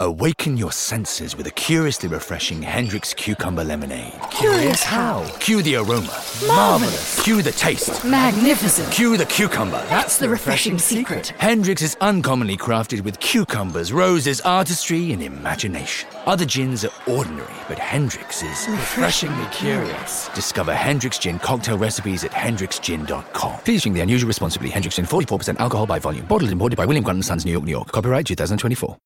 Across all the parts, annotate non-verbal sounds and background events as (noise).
Awaken your senses with a curiously refreshing Hendrix cucumber lemonade. Curious how. Cue the aroma. Marvelous. Cue the taste. Magnificent. Cue the cucumber. That's the refreshing secret. Hendrix is uncommonly crafted with cucumbers, roses, artistry, and imagination. Other gins are ordinary, but Hendrix is refreshingly curious. Discover Hendrix Gin cocktail recipes at hendrixgin.com. Please drink the unusual responsibly. Hendrix Gin 44% alcohol by volume. Bottled and imported by William Grant and Sons, New York, New York. Copyright 2024.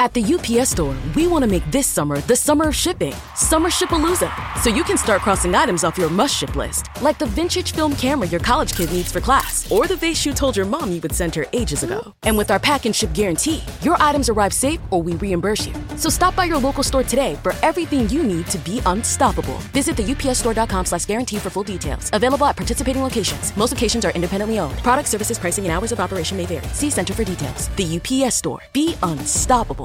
At the UPS store, we want to make this summer the summer of shipping, Summer Shipalooza, so you can start crossing items off your must ship list, like the vintage film camera your college kid needs for class, or the vase you told your mom you would send her ages ago. And with our pack and ship guarantee, your items arrive safe or we reimburse you. So stop by your local store today for everything you need to be unstoppable. Visit the upsstore.com slash guarantee for full details. Available at participating locations. Most locations are independently owned. Product services, pricing, and hours of operation may vary. See Center for details. The UPS store. Be unstoppable.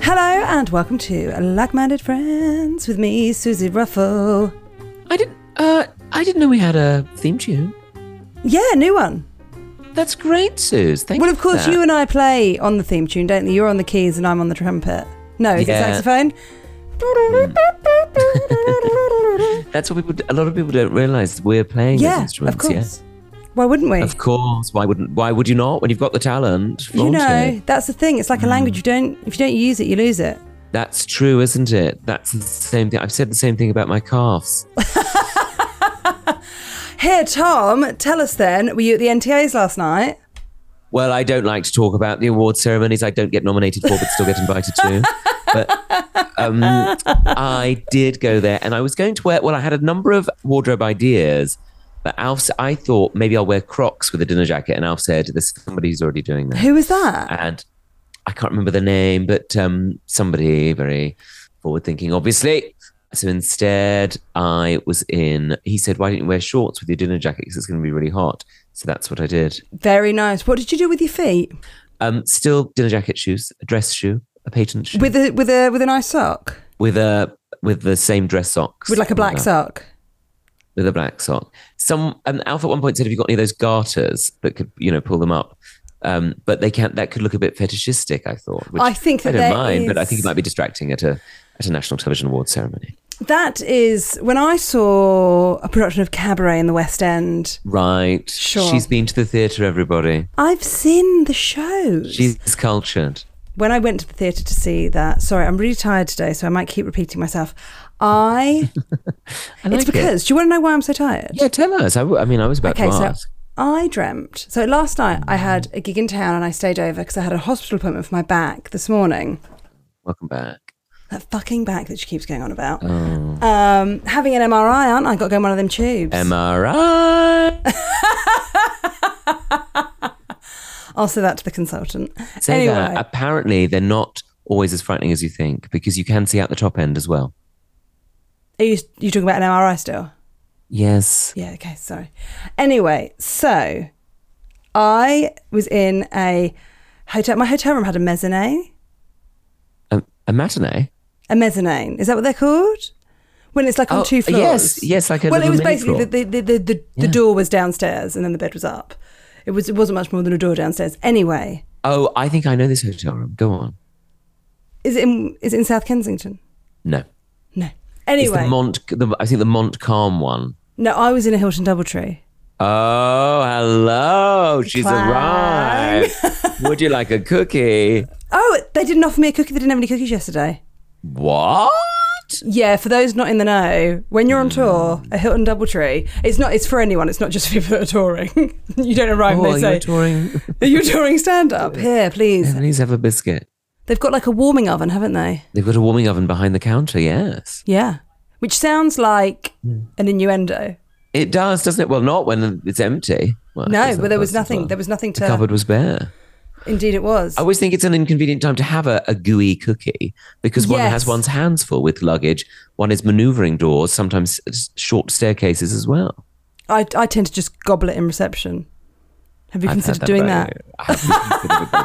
Hello and welcome to Like-Minded Friends with me, Susie Ruffle. I didn't. Uh, I didn't know we had a theme tune. Yeah, new one. That's great, Suze. Thank well, you. of course, you and I play on the theme tune, don't you? You're on the keys and I'm on the trumpet. No, is Yeah. Mm. it saxophone? That's what people. d- A lot of people don't realise we're playing those yeah, of instruments. course. Why wouldn't we? Yeah. Of course. Why wouldn't? Why would you not? When you've got the talent, You flaunt know, it. that's the thing. It's like a Mm. language. You don't if you don't use it, you lose it. That's true, isn't it? That's the same thing. I've said the same thing about my calves. Here, Tom, tell us then. Were you at the NTAs last night? Well, I don't like to talk about the award ceremonies. I don't get nominated for, but still get invited to. But um, I did go there, and I was going to wear. Well, I had a number of wardrobe ideas, but Alf, s- I thought maybe I'll wear Crocs with a dinner jacket, and Alf said, "There's somebody who's already doing that," Who was that? and I can't remember the name, but um, somebody very forward-thinking, obviously. So instead, I was in. He said, "Why didn't you wear shorts with your dinner jacket? Because it's going to be really hot." So that's what I did. Very nice. What did you do with your feet? Um, still dinner jacket shoes, a dress shoe, a patent shoe with, With a with a with a nice sock? a with the same dress socks. With like a black Yeah, sock. With a black sock. Some um, Alf at one point said, "Have you got any of those garters that could you know pull them up?" Um, but they can't. That could look a bit fetishistic. I thought. which I think that I don't there mind, but I think is- it might be distracting at a at a national television awards ceremony. That is when I saw a production of Cabaret in the West End. Right. Sure. She's been to the theatre. Everybody. I've seen the shows. She's cultured. When I went to the theatre to see that, sorry, I'm really tired today, so I might keep repeating myself. I, (laughs) I it's like it. because, do you want to know why I'm so tired? Yeah, tell us. I, w- I mean, I was about Okay, to so ask. I dreamt. So last night I had a gig in town and I stayed over because I had a hospital appointment for my back this morning. Welcome back. That fucking back that she keeps going on about. Oh. Um, having an MRI, aren't I? Got to go in one of them tubes. MRI. I'll say that to the consultant. Say anyway, that. Apparently, they're not always as frightening as you think because you can see out the top end as well. are you, you talking about an MRI still? Yes. Yeah, okay, sorry. Anyway, so I was in a hotel. My hotel room had a mezzanine. A, a matinee. A mezzanine. Is that what they're called? When it's like on Oh, two yes, floors. yes, like a Well, it little was mini basically floor. the, the, the, the, the, the door was downstairs and then the bed was up. It, was, it wasn't much more than a door downstairs. Anyway, Oh, I think I know this hotel room. Go on. is it in, is it in South Kensington? No. No. It's Anyway, the Mont. The, I think the Montcalm one. no, I was in a Hilton Doubletree. Oh, hello. She's Clang. (laughs) arrived. Would you like a cookie? Oh, they didn't offer me a cookie. They didn't have any cookies yesterday. What? that. Yeah, for those not in the know, when Mm. you're on tour at Hilton Doubletree, it's not it's for anyone. It's not just for people that are touring. (laughs) you don't arrive Oh, and you're they say (laughs) touring. you're touring stand up here, please. Please have a biscuit. They've got like a warming oven, haven't they? They've got a warming oven behind the counter. Yes, Yeah, which sounds like Mm. an innuendo. it does, doesn't it? Well, not when it's empty. Well, I No, guess but that there was does as nothing. well. There was uh, nothing The to. cupboard was bare. Indeed, it was. I always think it's an inconvenient time to have a, a gooey cookie because one Yes. has one's hands full with luggage, one is maneuvering doors, sometimes s- short staircases as well. I, I tend to just gobble it in reception. Have you I've had considered doing but that? (laughs) I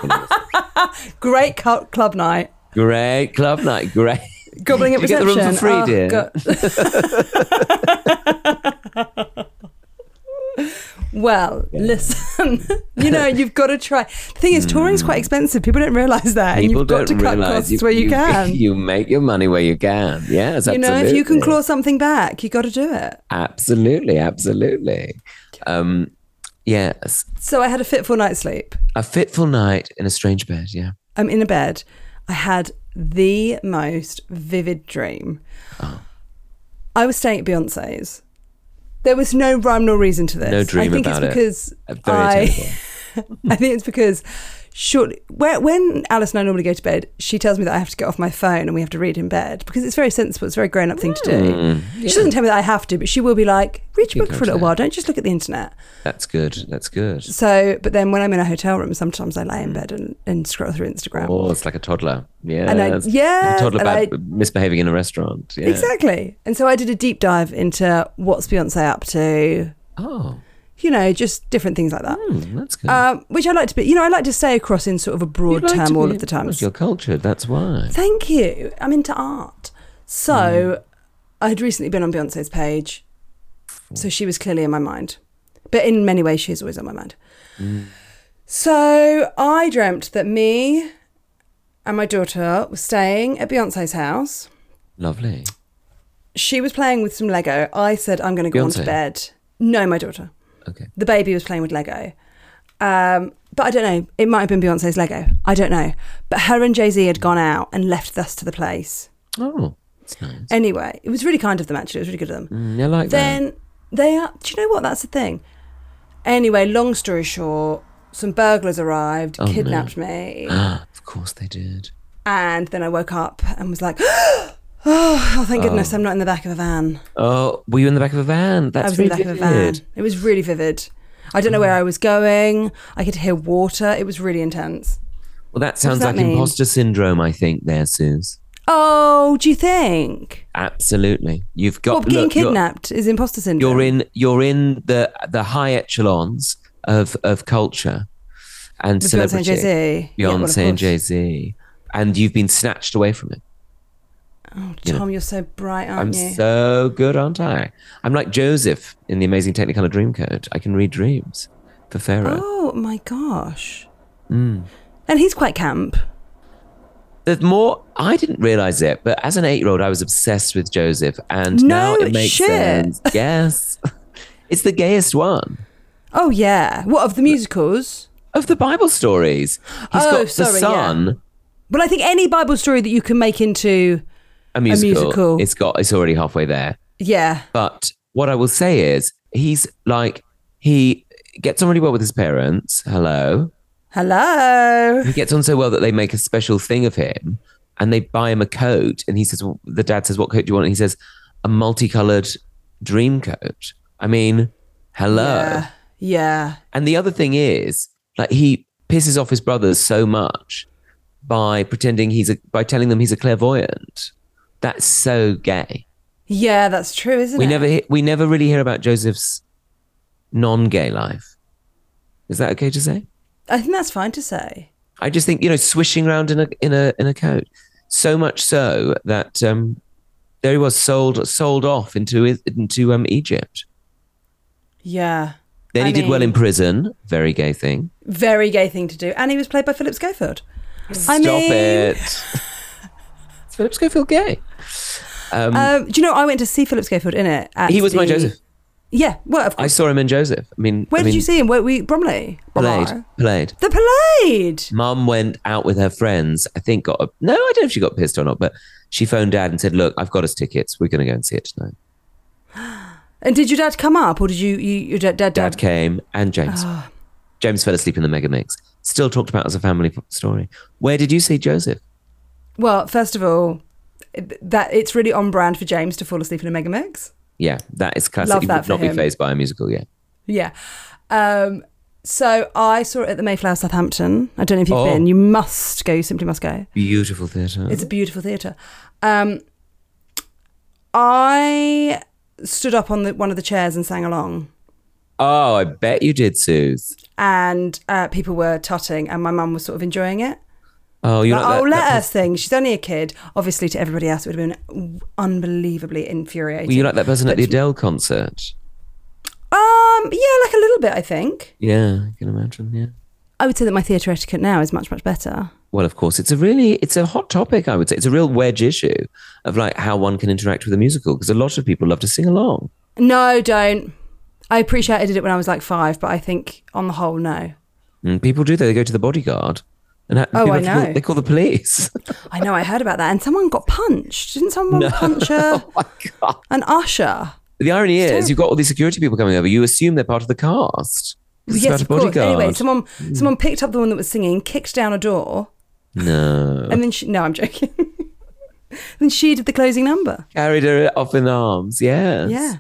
haven't considered (laughs) gobbling it. Great cu- club night. Great club night, great. Gobbling at Did you get the room reception. Oh, for free, dear? God. Oh, (laughs) well, listen. (laughs) you know, you've got to try. The thing is, touring's quite expensive. People don't realise that, and Mm. People you've got to don't cut realize costs where you, can. You, You (laughs) make your money where you can. Yes, absolutely. know, if you can claw something back, you got to do it. Absolutely, absolutely. Um, yes, So I had a fitful night's sleep. a fitful night in a strange bed. Yeah. I'm in a bed. I had the most vivid dream. Oh. I was staying at Beyonce's. There was no rhyme nor reason to this. No dream I think about it. it's Uh, because very I, attainable. (laughs) I think it's because shortly where, when Alice and I normally go to bed, she tells me that I have to get off my phone and we have to read in bed because it's very sensible. It's a very grown up thing to do. Mm. She doesn't tell me that I have to, but she will be like, read your book for a little while. Don't just look at the internet. That's good. That's good. So, but then when I'm in a hotel room, sometimes I lay in bed and, and scroll through Instagram. Oh, it's like a toddler. Yeah. I- yes, A toddler and about I- misbehaving in a restaurant. Yeah. Exactly. And so I did a deep dive into what's Beyonce up to, Oh, you know, just different things like that. hmm, that's good. Um, which I like to be, you know, I like to stay across in sort of a broad You'd like term to all be- of the time. Well, You're cultured. That's why. Thank you. I'm into art. So Mm. I had recently been on Beyonce's page. So she was clearly in my mind. But in many ways, she's always on my mind. So I dreamt that me and my daughter were staying at Beyonce's house. Lovely. She was playing with some Lego. I said, I'm going to go on to Beyonce? bed. No, my daughter. Okay. The baby was playing with Lego. Um, but I don't know. It might have been Beyonce's Lego. I don't know. But her and Jay Z had gone out and left us to the place. Oh, that's nice. Anyway, it was really kind of them, actually. It was really good of them. Mm, I like that. Then they are. Do you know what? That's the thing. Anyway, long story short, some burglars arrived, Oh, no. kidnapped (gasps) me. Ah, of course they did. And then I woke up and was like, (gasps) oh, oh thank goodness I'm not in the back of a van. Oh, were you in the back of a van? That's I was in the back really of a van. vivid. It was really vivid. I don't know where I was going. I could hear water. It was really intense. Well, that sounds that like mean? imposter syndrome, I think, there, Suze. Oh, do you think? Absolutely. You've got Well, getting look, you're- kidnapped is imposter syndrome. you're in you're in the the high echelons of of culture and With Beyonce and celebrity Jay-Z. Yeah, well, of Beyonce and course. Jay-Z and you've been snatched away from it Oh, you know. Tom, you're so bright, I'm aren't you? so good aren't I I'm like Joseph in the amazing Technicolor Dreamcoat I can read dreams for Pharaoh oh my gosh. Mm. And he's quite camp. there's more I didn't realize it but as an 8 year old I was obsessed with Joseph and now No it makes shit. (laughs) sense yes (laughs) it's the gayest one Oh yeah. What of the musicals? of the Bible stories He's Oh, got sorry, the yeah. son Well, I think any Bible story that you can make into a musical. musical. It's got it's already halfway there. yeah. But what I will say is he's like he gets on really well with his parents. Hello. Hello. He gets on so well that they make a special thing of him and they buy him a coat and he says well, the dad says what coat do you want and he says a multicolored dream coat. I mean, hello. Yeah. Yeah. And the other thing is, like, he pisses off his brothers so much by pretending he's a, by telling them he's a clairvoyant. That's so gay. Yeah, that's true, isn't We it? never he- we never really hear about Joseph's non-gay life. Is that okay to say? I think that's fine to say. I just think you know swishing around in a in a in a coat, so much so that um, there he was sold sold off into I- into um, Egypt. Yeah. Then I he did well mean- in prison. Very gay thing. Very gay thing to do. And he was played by Philip Schofield. I Stop mean, (laughs) it. Is Philip Schofield gay. Um, do you know Uh, I went to see Philip Schofield in it? At He was my the- Joseph. Yeah, well, of I course. saw him in Joseph. I mean, Where I did you mean, see him? Where we Bromley? Played, Bromar. played. The parade. Mum went out with her friends. I think got a, no. I don't know if she got pissed or not, but she phoned Dad and said, "Look, I've got us tickets. We're going to go and see it tonight." And did your dad come up, or did you you your dad dad, Dad came and James. Ah. James fell asleep in the mega mix. Still talked about as a family f- story. Where did you see Joseph? Well, first of all, that it's really on brand for James to fall asleep in a mega mix. Yeah, that is classic. Love you that would for not him. be phased by a musical yet. Yeah. Um, so I saw it at the Mayflower Southampton. I don't know if you've Oh. been. You must go. You simply must go. Beautiful theatre. It's a beautiful theatre. Um, I stood up on the, one of the chairs and sang along, Oh, I bet you did, Suze. and uh, people were tutting, and my mum was sort of enjoying it. Oh, you're Like, not. oh, that- let that- her sing. She's only a kid. Obviously, to everybody else, it would have been unbelievably infuriating. Were you like that person at the Adele concert? Um, yeah, like a little bit, I think. Yeah, I can imagine. Yeah. I would say that my theatre etiquette now is much, much better. Well, of course, it's a really it's a hot topic. I would say it's a real wedge issue of like how one can interact with a musical because a lot of people love to sing along. No, don't. I appreciate I did it when I was like five, but I think on the whole, no. And Mm, people do that; they go to the bodyguard, and ha- Oh, people I have to call- know. they call (laughs) the police. I know, I heard about that. And someone got punched. Didn't (laughs) someone punch a, oh (laughs) my god! an usher? The irony is, you've got all these security people coming over. You assume they're part of the cast. It's about yes, a of course. bodyguard. Hmm. Anyway, someone someone picked up the one that was singing, kicked down a door, no, and then she. No, I'm joking. (laughs) then she did the closing number. carried her off in arms. Yes. Yeah.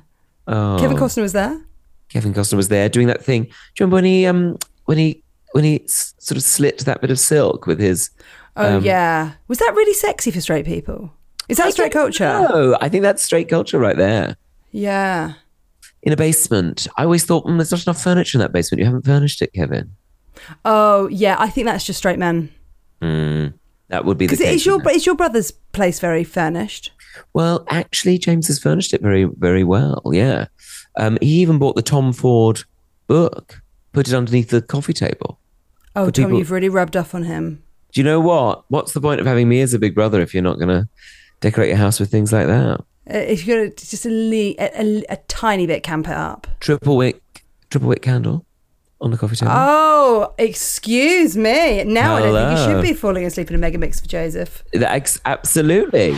Oh. Kevin Costner was there. Kevin Costner was there doing that thing. Do you remember when he um when he when he s- sort of slit that bit of silk with his? Oh, Um, yeah. Was that really sexy for straight people? Is that straight culture? Oh, I think that's straight culture right there. Yeah. In a basement, I always thought mm, there's not enough furniture in that basement. You haven't furnished it, Kevin. Oh, yeah. I think that's just straight men. That would be the Because it case. is your wouldn't is your brother's place very furnished. it? well, actually, James has furnished it very very well. Yeah, um, he even bought the Tom Ford book, put it underneath the coffee table. Oh, For Tom, people- you've really rubbed off on him. Do you know what? What's the point of having me as a big brother if you're not going to decorate your house with things like that? Uh, If you're gonna just a, le- a, a, a tiny bit camp it up. triple wick triple wick candle on the coffee table. Oh, excuse me. Now I don't think you should Hello. be falling asleep in a mega mix for Joseph. Ex- absolutely.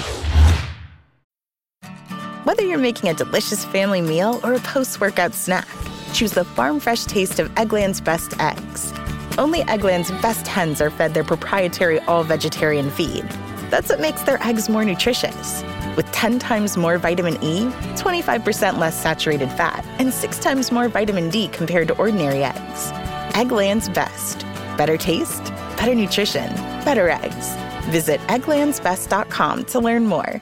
Whether you're making a delicious family meal or a post-workout snack, choose the farm fresh taste of Eggland's Best Eggs. Only Eggland's Best hens are fed their proprietary all-vegetarian feed. That's what makes their eggs more nutritious. With 10 times more vitamin E, 25% less saturated fat, and 6 times more vitamin D compared to ordinary eggs. Eggland's Best. Better taste, better nutrition, better eggs. Visit egglandsbest.com to learn more.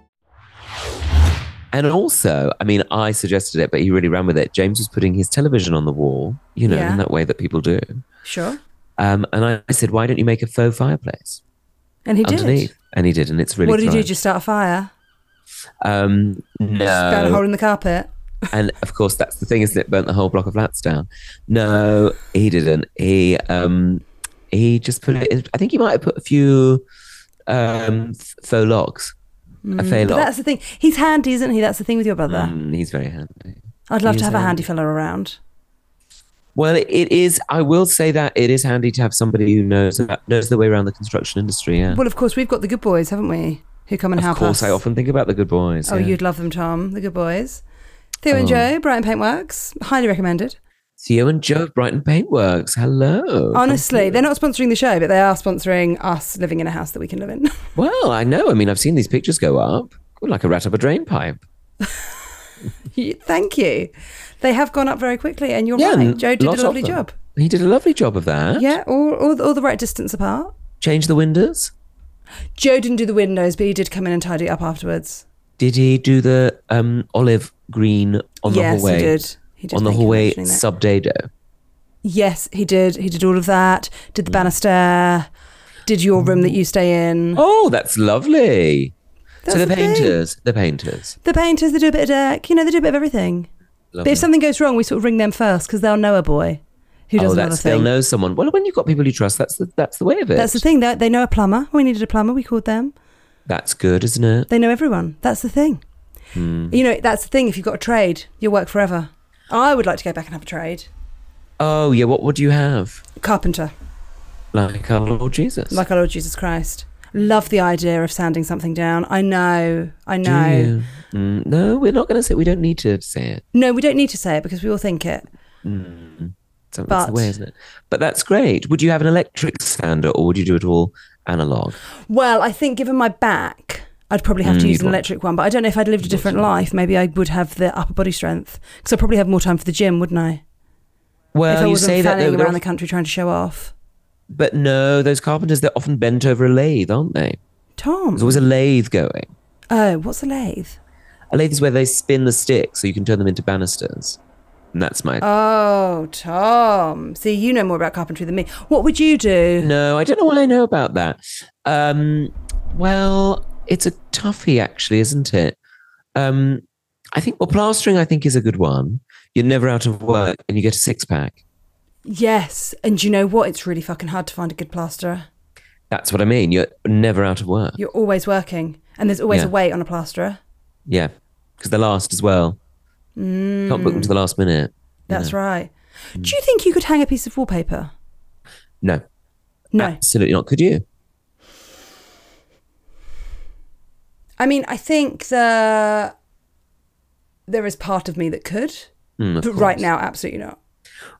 And also, I mean, I suggested it, but he really ran with it. James was putting his television on the wall, you know, Yeah. in that way that people do. Sure. Um, and I, I said, why don't you make a faux fireplace And he underneath? did. And he did, and it's really. what did he do? thrived. Just start a fire? Um, Found a no. hole in the carpet? and of course that's the thing isn't it burnt the whole block of flats down no he didn't he um he just put it in, i think he might have put a few um f- faux locks a faux But Hmm, lock that's the thing. He's handy, isn't he? That's the thing with your brother. Mm, he's very handy I'd love he's to have a handy handy. fella around. well it, it is i will say that it is handy to have somebody who knows about, knows the way around the construction industry yeah Well, of course, we've got the good boys, haven't we? Who come and of help us. course i often think about the good boys Oh, yeah. Oh. you'd love them, Tom. The good boys. Theo and Joe, Brighton Paintworks, highly recommended. Theo and Joe of Brighton Paintworks. Hello. Honestly, they're not sponsoring the show, but they are sponsoring us living in a house that we can live in. (laughs) Well, I know. I mean, I've seen these pictures go up. Good, like a rat up a drain pipe. Thank you. They have gone up very quickly, and you're and right. Joe did a lots of lovely them. job. He did a lovely job of that. Yeah, all, all, the- all the right distance apart. Change the windows. Joe didn't do the windows, but he did come in and tidy up afterwards. Did he do the um, olive green yes, on the hallway? he did. He did. on the thank you for hallway mentioning that. sub dado. Yes, he did. He did all of that. Did Mm. the banister. Did your room that you stay in. Oh, that's lovely. That's so the the thing. painters, the painters. The painters, they do a bit of deck. You know, they do a bit of everything. But Lovely. if something goes wrong, we sort of ring them first because they'll know a boy who oh, does another that's, they'll thing. know someone. Well, when you've got people you trust, that's the that's the way of it. That's the thing. They, they know a plumber. We needed a plumber. We called them. That's good, isn't it? They know everyone. That's the thing. Hmm. You know, that's the thing. If you've got a trade, you'll work forever. I would like to go back and have a trade. Oh yeah. What would you have? Carpenter, Like our Lord Jesus. like our Lord Jesus Christ. Love the idea of sanding something down. I know. I Do know. you? Mm, no, we're not going to say. We don't need to say it. No, we don't need to say it because we all think it. So that's the But- way, isn't it? But that's great. Would you have an electric sander, or would you do it all analog? Well, I think given my back, I'd probably have to Mm, use you'd an want- electric one. But I don't know if I'd lived a different life. Maybe I would have the upper body strength because I'd probably have more time for the gym, wouldn't I? Well, if I you wasn't say that, fanning though, they're around the oft- country trying to show off. but no, those carpenters—they're often bent over a lathe, aren't they? Tom. There's always a lathe going. Oh, what's a lathe? A lathe is where they spin the sticks so you can turn them into banisters. And that's my. Oh, Tom. See, you know more about carpentry than me. What would you do? no, I don't know what I know about that. Um, well, it's a toughie, actually, isn't it? Um, I think, well, plastering, I think, is a good one. You're never out of work and you get a six pack. Yes. And you know what? It's really fucking hard to find a good plasterer. That's what I mean. You're never out of work. You're always working, and there's always Yeah. a wait on a plasterer. Yeah. Because they're last as well. Can't book them to the last minute. That's right. Mm. Do you think you could hang a piece of wallpaper? No, No. absolutely not. Could you? I mean, I think the there is part of me that could, Mm, of but right course. now, absolutely not.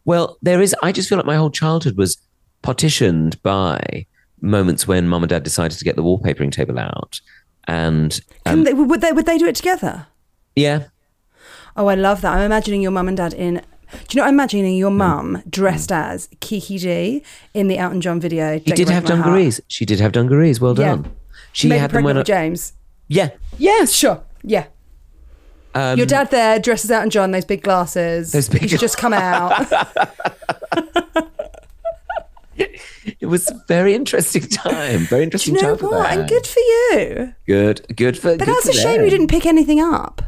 Well, there is. I just feel like my whole childhood was partitioned by moments when mum and dad decided to get the wallpapering table out. And Couldn't um, they, would they? Would they do it together? yeah, Oh, I love that. I'm imagining your mum and dad in. Do you know? what I'm imagining Hmm. your mum dressed as Kiki D in the Elton John video. she Don't did Break have My Heart. dungarees. She did have dungarees. Well Yeah. done. She Maybe had them when pregnant I, with James. yeah, yes. Sure. Yeah. Um, Your dad there dresses out and John, those big glasses. Those big He's just come out. (laughs) It was a very interesting (laughs) time. Very Do interesting you know time. for what? that. And good for you. good, good for. But good that's for a shame them. you didn't pick anything up.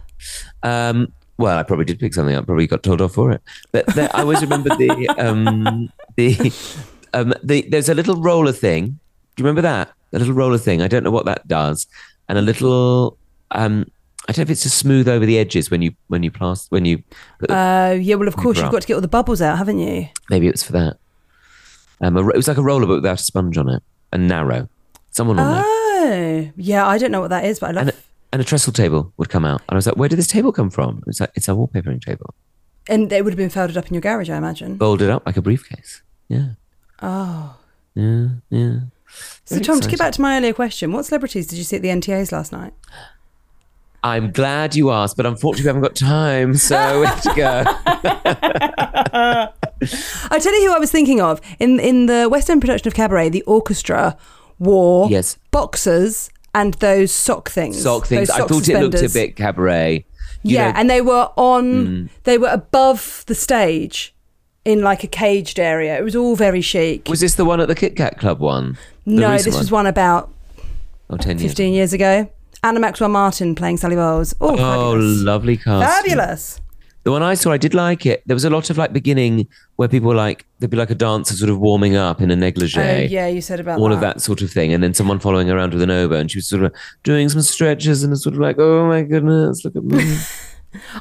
Um, well, I probably did pick something up. Probably got told off for it. But the, I always remember the um, the um, the there's a little roller thing. Do you remember that? A little roller thing. I don't know what that does. And a little um, I don't know if it's to smooth over the edges when you when you plaster when you. But Oh, yeah. Well, of course, you've Grant. got to get all the bubbles out, haven't you? maybe it was for that. Um, a, ro- it was like a roller but without a sponge on it and narrow. Someone on there Oh, yeah. I don't know what that is, but I love and a, and a trestle table would come out. And I was like, where did this table come from? It's like it's a wallpapering table, And they would have been folded up in your garage, I imagine. folded up like a briefcase. Yeah. Oh. Yeah, yeah. So, Very Tom, to get exciting. back to my earlier question, what celebrities did you see at the NTAs last night? I'm glad you asked, but unfortunately, we haven't got time, so we have to (laughs) go. I tell you who I was thinking of in in the West End production of Cabaret. The orchestra wore Yes. boxers and those sock things. Sock those things. I sock thought it looked a suspenders. bit cabaret. You yeah, know, Hmm. and they were on. They were above the stage, in like a caged area. It was all very chic. was this the one at the Kit Kat Club one? The no, recent this was one about Oh, 10 years. fifteen years ago. Anna Maxwell Martin playing Sally Bowles. Oh, Oh, fabulous! lovely cast. fabulous. The one I saw, I did like it. There was a lot of like beginning where people were like, there'd be like a dancer sort of warming up in a negligee. Oh, yeah, you said about all of that sort of thing, and then someone following her around with an oboe, and she was sort of doing some stretches, and it's sort of like, oh my goodness, look (laughs) at me.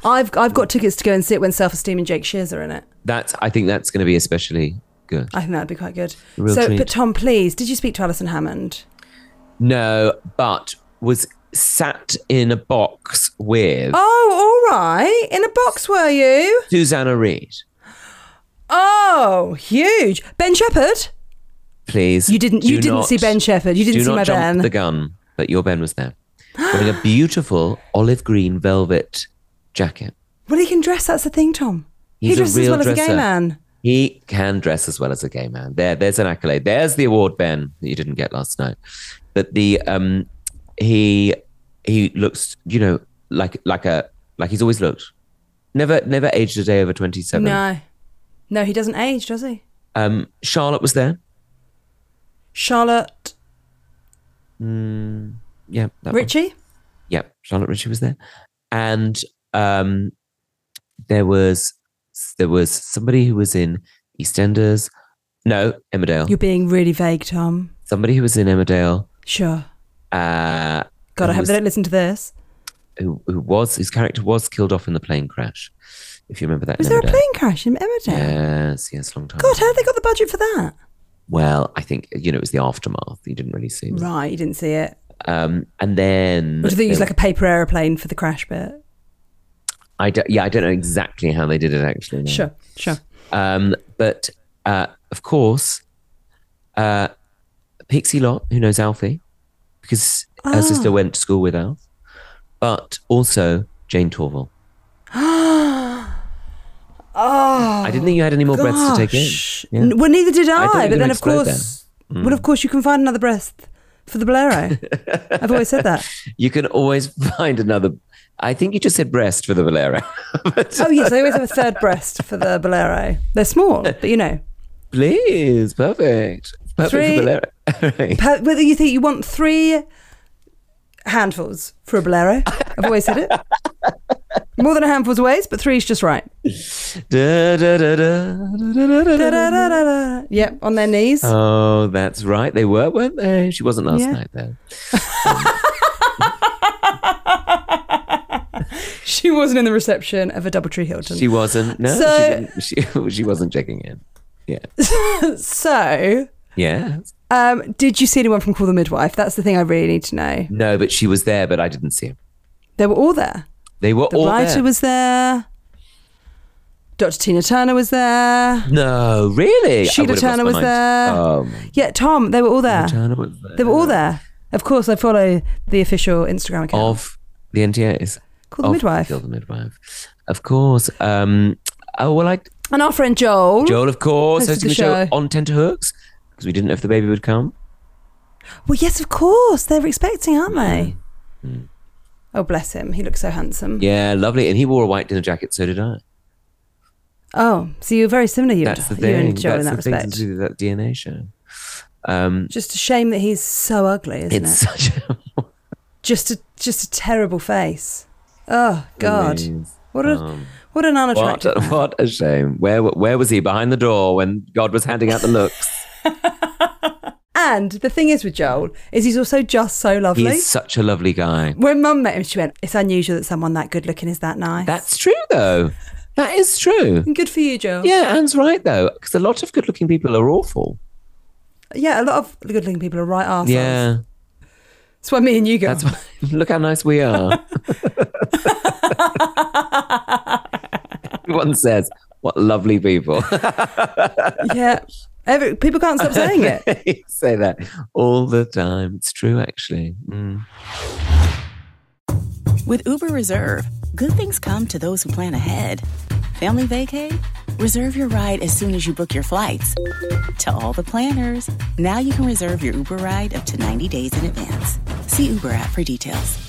I've I've got tickets to go and see it when Self Esteem and Jake Shears are in it. That's, I think that's going to be especially good. I think that'd be quite good. real so, treat. but Tom, please, did you speak to Alison Hammond? No, but was sat in a box with Oh, all right. In a box, were you? Susanna Reid. Oh, huge. Ben Shepherd. Please, You didn't- you do didn't not- see Ben Shepherd. You didn't do see not my jump Ben. The gun, but your Ben was (gasps) there, wearing a beautiful olive green velvet jacket. Well, he can dress. That's the thing, Tom. he He's dresses a as real well dresser. as a gay man. He can dress as well as a gay man. There, there's an accolade. There's the award, Ben, that you didn't get last night. But the um, he he looks, you know, like like a like he's always looked. Never never aged a day over twenty seven. No. No, he doesn't age, does he? Um, Charlotte was there. Charlotte Yeah. that one. Ritchie? Yeah, Charlotte Ritchie was there, and um, there was there was somebody who was in EastEnders. No, Emmerdale. You're being really vague, Tom. Somebody who was in Emmerdale. Sure. Uh, God, I who hope was- they don't listen to this. who, who was his character was killed off in the plane crash. If you remember that. Was in there a Emmerdale. plane crash in Emmerdale? Yes, yes, long time. God, ago. how have they got the budget for that? Well, I think you know it was the aftermath. You didn't really see. That. Right, you didn't see it. Um, and then Or did they use there- like a paper aeroplane for the crash bit? I don't, yeah, I don't know exactly how they did it actually. no. Sure, sure. Um, but uh, of course, uh, Pixie Lot, who knows Alfie, because her Ah. sister went to school with Alf, but also (gasps) Jane Torval. oh, I didn't think you had any more breaths to take in. Gosh. Yeah. Ah, N- Well, neither did I I. thought you were but gonna then, of explode then. Hmm. course, well, of course, you can find another breast for the (laughs) bolero. I've always said that. You can always (laughs) find another. I think you just said breast for the Valero. But Oh yes, I always have a third breast for the bolero. They're small, but you know. (laughs) please, perfect. Perfect Three- for Valero. All (laughs) right. Per- Whether you think you want three handfuls for a bolero, I've always said it. More than a handful's ways, but three's just right. Da, da, da, da, da, da, da, da. Da-da-da-da-da. Yep, on their knees. Oh, that's right. They were, weren't they? She wasn't last Yeah. night, though. She wasn't in the reception of a DoubleTree Hilton. She wasn't. No, So- she, didn't. (laughs) she she wasn't checking in. Yeah, so, yeah. um, did you see anyone from Call the Midwife? That's the thing I really need to know. No, but she was there, but I didn't see her. They were all there. They were The all writer there. was there. Dr. Tina Turner was there. no, really. I Sheila would've lost Turner my was mind. there. Um, Yeah, Tom, they were all there. Turner was there. They were all there. Of course, I follow the official Instagram account. of the NTAs. Call the Of Midwife. Call the midwife. Of course. Um, oh well, I and our friend Joel. Joel, of course, Mm. Hosted hosting the the show show. on tenterhooks because we didn't know if the baby would come. Well, yes, of course. They were expecting, aren't they? Oh, bless him. He looks so handsome. Mm. Yeah, lovely. And he wore a white dinner jacket. So did I. Oh, so you're very similar, you, That's the and, thing. you and Joel in that That's the thing respect. to do with that DNA show. Um, Just a shame that he's so ugly, isn't it's it? such a Just a just a terrible face. Oh God, what a Um, what an What, unattractive. man. (laughs) what a shame. Where where was he behind the door when God was handing out (laughs) the looks? And the thing is with Joel is he's also just so lovely. He's such a lovely guy. when Mum met him, she went, "It's unusual that someone that good looking is that nice." That's true though. That is true. good for you, Joel. Yeah, Anne's right though, because a lot of good-looking people are awful. Yeah, a lot of good looking people are right arseholes. Yeah, That's why me and you go. that's why. (laughs) Look how nice (laughs) we are. Everyone says, "What lovely people." (laughs) yeah. Every, people can't stop saying it. (laughs) They say that all the time. It's true, actually. Mm. With Uber Reserve, good things come to those who plan ahead. Family vacay? Reserve your ride as soon as you book your flights. To all the planners, now you can reserve your Uber ride up to 90 days in advance. See Uber app for details.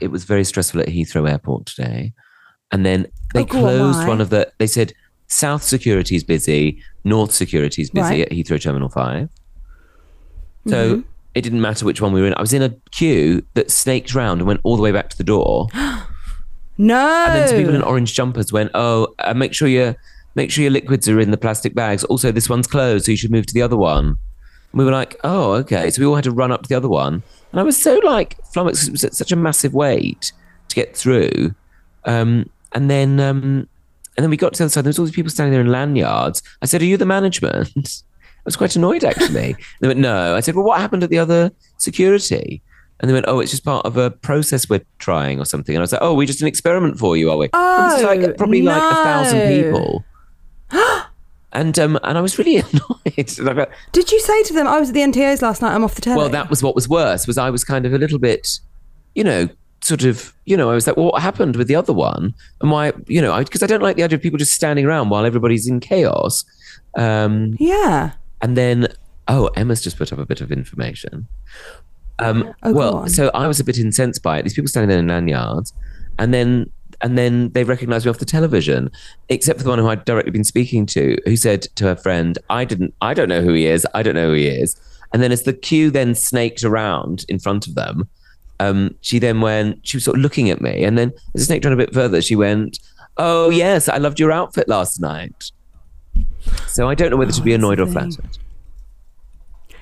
It was very stressful at Heathrow Airport today. And then they Oh, go on, closed why? one of the, they said South security is busy, North security is busy Right. Mm-hmm. at Heathrow Terminal 5. So it didn't matter which one we were in. I was in a queue that snaked round and went all the way back to the door. No. And then some people in orange jumpers went, "Oh, uh, make sure your make sure your liquids are in the plastic bags. Also, this one's closed, so you should move to the other one." And we were like, "Oh, okay." So we all had to run up to the other one, and I was so like flummoxed. 'cause It was at such a massive wait to get through, um, and then um, and then we got to the other side. There was all these people standing there in lanyards. I said, "Are you the management?" (laughs) I was quite annoyed actually. they went, "No." I said, "Well, what happened at the other security?" And they went, "Oh, it's just part of a process we're trying or something." And I was like, "Oh, we just an experiment for you, are we?" And this is like probably like a thousand no. people. and um, and I was really (laughs) annoyed. Like, uh, Did you say to them, I was at the NTOs last night, I'm off the telly? well, that was what was worse was I was kind of a little bit, you know, sort of, you know, I was like, well, what happened with the other one? And why, you know, because I, don't like the idea of people just standing around while everybody's in chaos. Um, Yeah. and then, oh, Emma's just put up a bit of information. Um, Oh, go well, on. so I was a bit incensed by it. These people standing there in lanyards, and then and then they recognised me off the television, except for the one who I'd directly been speaking to, who said to her friend, "I didn't. I don't know who he is. I don't know who he is." And then as the queue then snaked around in front of them, um, she then went. She was sort of looking at me, and then as it snaked around a bit further, she went, "Oh yes, I loved your outfit last night." So I don't know whether to be Oh, annoyed or flattered.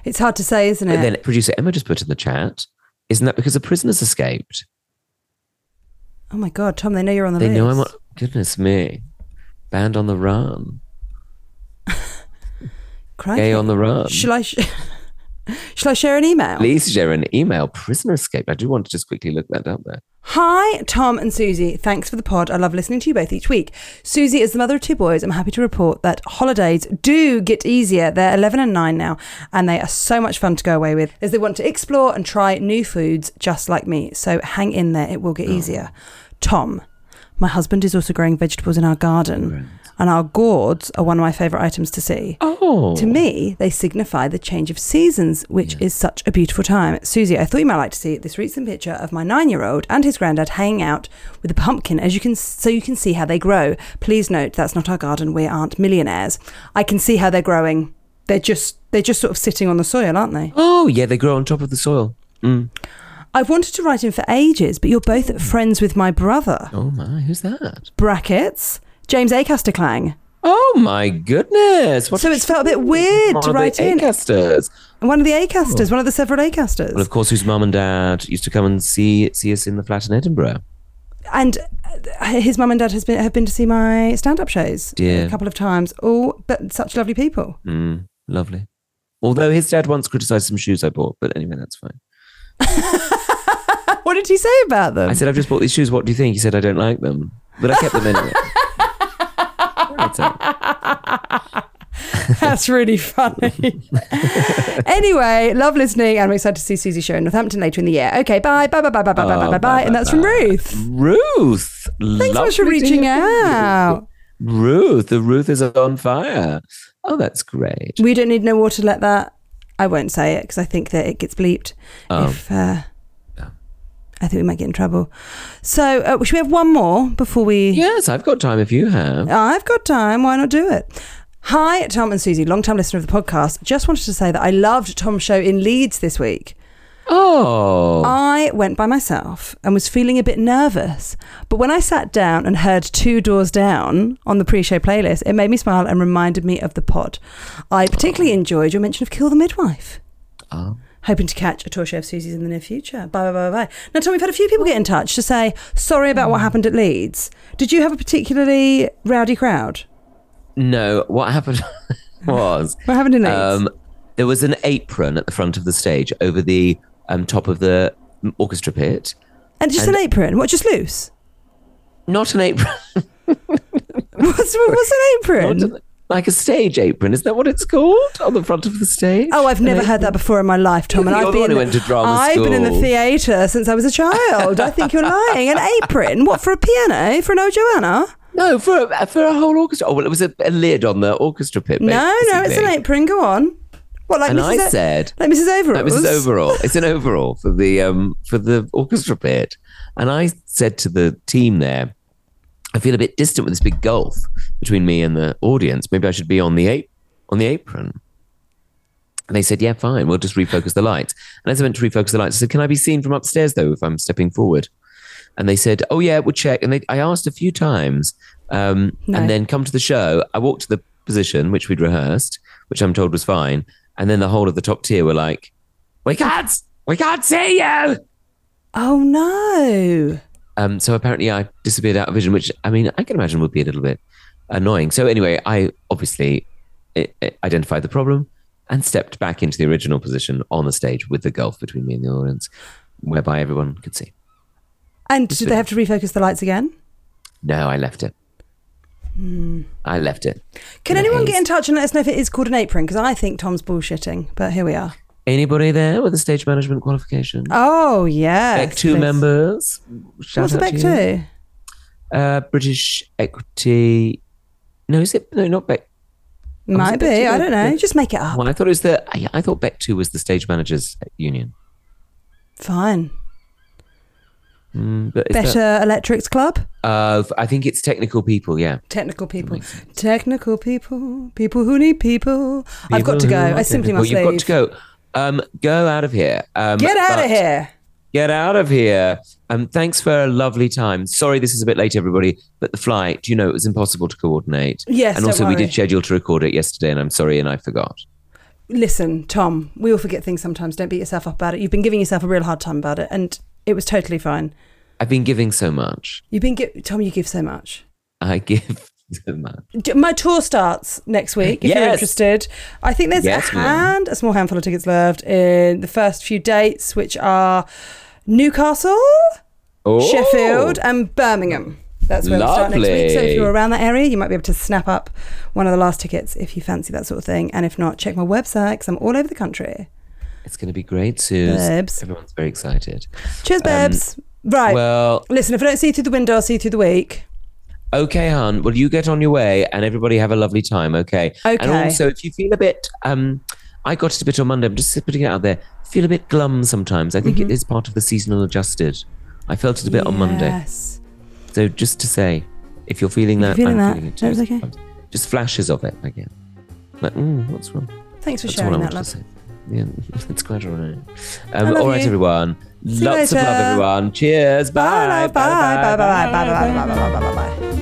It's hard to say, isn't it? But then producer Emma just put in the chat, isn't that because the prisoners escaped? oh my God, Tom, they know you're on the they list. know I'm on. Goodness me. Band on the run. Crikey. Gay on the run. Shall I, sh- (laughs) shall I share an email? Please share an email. Prisoner escaped. I do want to just quickly look that up there. Hi, Tom and Susie. Thanks for the pod. I love listening to you both each week. Susie is the mother of two boys. I'm happy to report that holidays do get easier. They're 11 and 9 now, and they are so much fun to go away with as they want to explore and try new foods just like me. So hang in there, it will get easier. Tom, my husband is also growing vegetables in our garden, and our gourds are one of my favourite items to see. Oh. To me, they signify the change of seasons, which is such a beautiful time. Susie, I thought you might like to see this recent picture of my nine-year-old and his granddad hanging out with a pumpkin, as you can so you can see how they grow. Please note that's not our garden. We aren't millionaires. I can see how they're growing. They're just they're just sort of sitting on the soil, aren't they? Oh, yeah, they grow on top of the soil. Mm. I've wanted to write in for ages, but you're both friends with my brother. Oh, my. Who's that? Brackets James Acaster Clang. Oh, my goodness. What So it's felt a bit weird to write in. Acasters. One of the Acasters, one of the several Acasters. Well, of course, whose mum and dad used to come and see see us in the flat in Edinburgh. and uh, his mum and dad has been have been to see my stand up shows Yeah. a couple of times. Oh, but such lovely people. Mm, lovely. Although his dad once criticised some shoes I bought, but anyway, that's fine. what did he say about them? I said, I've just bought these shoes. What do you think? He said, I don't like them. But I kept them anyway. (laughs) That's it. (laughs) That's really funny. (laughs) anyway, love listening, and I'm excited to see Susie show in Northampton later in the year. Okay, bye, bye, bye, bye, bye, bye, Oh, bye, bye, bye, bye, and that's from Ruth. Ruth. Thanks so much for reaching out. Ruth. The Ruth is on fire. Oh, that's great. We don't need no water. Let that. I won't say it because I think that it gets bleeped. Oh. If uh, I think we might get in trouble. So, uh, should we have one more before we? Yes, I've got time if you have. I've got time. Why not do it? Hi, Tom and Susie, long-time listener of the podcast. Just wanted to say that I loved Tom's show in Leeds this week. Oh. I went by myself and was feeling a bit nervous, but when I sat down and heard Two Doors Down on the pre-show playlist, it made me smile and reminded me of the pod. I particularly enjoyed your mention of Kill the Midwife. Oh. Hoping to catch a tour show of Susie's in the near future. Bye, bye, bye, bye. bye. Now, Tom, we've had a few people get in touch to say sorry about what happened at Leeds. Did you have a particularly rowdy crowd? No, what happened (laughs) was What Um, happened in Leeds? there was an apron at the front of the stage over the um, top of the orchestra pit. And just And- an apron. What, just loose? (laughs) Not an apron. (laughs) What's, what's an Not apron? an- like a stage apron. Is that what it's called on the front of the stage? Oh, I've An never apron. heard that before in my life, Tom. And You're the I've other been, one who went to drama I've been in the school. theatre since I was a child. I (laughs) think you're lying. An apron? What, for a piano? For an old Joanna? No, for a, for a whole orchestra. Oh, well, it was a, a lid on the orchestra pit. No, no, it's an basically. apron. Go on. What, like And Mrs. I O- said, like Mrs. Overalls? That was his overall. It's an overall for the um for the orchestra bit. And I said to the team there, I feel a bit distant with this big gulf between me and the audience. Maybe I should be on the ape on the apron. And they said, Yeah, fine, we'll just refocus the lights. And as I went to refocus the lights, I said, Can I be seen from upstairs though if I'm stepping forward? And they said, Oh yeah, we'll check. And they, I asked a few times. Um, No. and then come to the show. I walked to the position which we'd rehearsed, which I'm told was fine. And then the whole of the top tier were like, we can't, we can't see you. Oh, no. Um, so apparently I disappeared out of vision, which I mean, I can imagine would be a little bit annoying. So anyway, I obviously i i identified the problem and stepped back into the original position on the stage with the gulf between me and the audience, whereby everyone could see. And did they have to refocus the lights again? No, I left it. I left it. Can In a anyone get haze. in touch and let us know if it is called an apron? Because I think Tom's bullshitting, but here we are. Anybody there with a stage management qualification? Oh, yeah. Beck two members. Shout What's the out Beck to you. 2? Uh, British Equity. No, is it? No, not Beck. was Might it be. Beck two? I don't know. Beck- Just make it up. Well, I thought it was the. I, I thought Beck Two was the stage managers union. Fine. Mm, but is Better that- Electrics Club? uh, I think it's technical people. Yeah. Technical people. Technical people. People who need people. I've got to People who go. are I simply technical. must You've leave. got to go. Um, go out of here. Um, Get out but- of here. Get out of here. Um, thanks for a lovely time. Sorry, this is a bit late, everybody. But the flight, you know, it was impossible to coordinate. Yes, and don't also we worry. did schedule to record it yesterday, and I'm sorry, and I forgot. Listen, Tom, we all forget things sometimes. Don't beat yourself up about it. You've been giving yourself a real hard time about it, and it was totally fine. I've been giving so much. You've been, gi- Tom, you give so much. I (laughs) give so much. D- My tour starts next week. If you're Yes. interested, I think there's Yes, a ma'am. hand, a small handful of tickets left in the first few dates, which are Newcastle, Oh. Sheffield, and Birmingham. That's where we start next week. So if Lovely. you're around that area, you might be able to snap up one of the last tickets if you fancy that sort of thing. And if not, check my website because I'm all over the country. Oh, It's going to be great, Suze. Babes. Everyone's very excited. Cheers, babes. right. Um, Well, Listen, if I don't see you through the window, I'll see you through the week. okay, hon. Well, you get on your way and everybody have a lovely time, okay? And Okay. also, if you feel a bit, um, I got it a bit on Monday, I'm just putting it out there, feel a bit glum sometimes. I think Mm-hmm. it is part of the seasonal adjusted. I felt it a bit on Monday. Yes. So just to say, if you're feeling If that, you're feeling I'm that, feeling it that too. was okay. sometimes. Just flashes of it, I guess. Like, mm, what's wrong? Thanks for That's all I sharing wanted that, to love. say. Yeah, (laughs) it's quite all right. I Um, love all right, you. everyone. See you Lots of love, later. everyone. Cheers. Bye, love. bye, bye, bye, bye, bye, bye, bye, bye, bye, bye, bye, bye.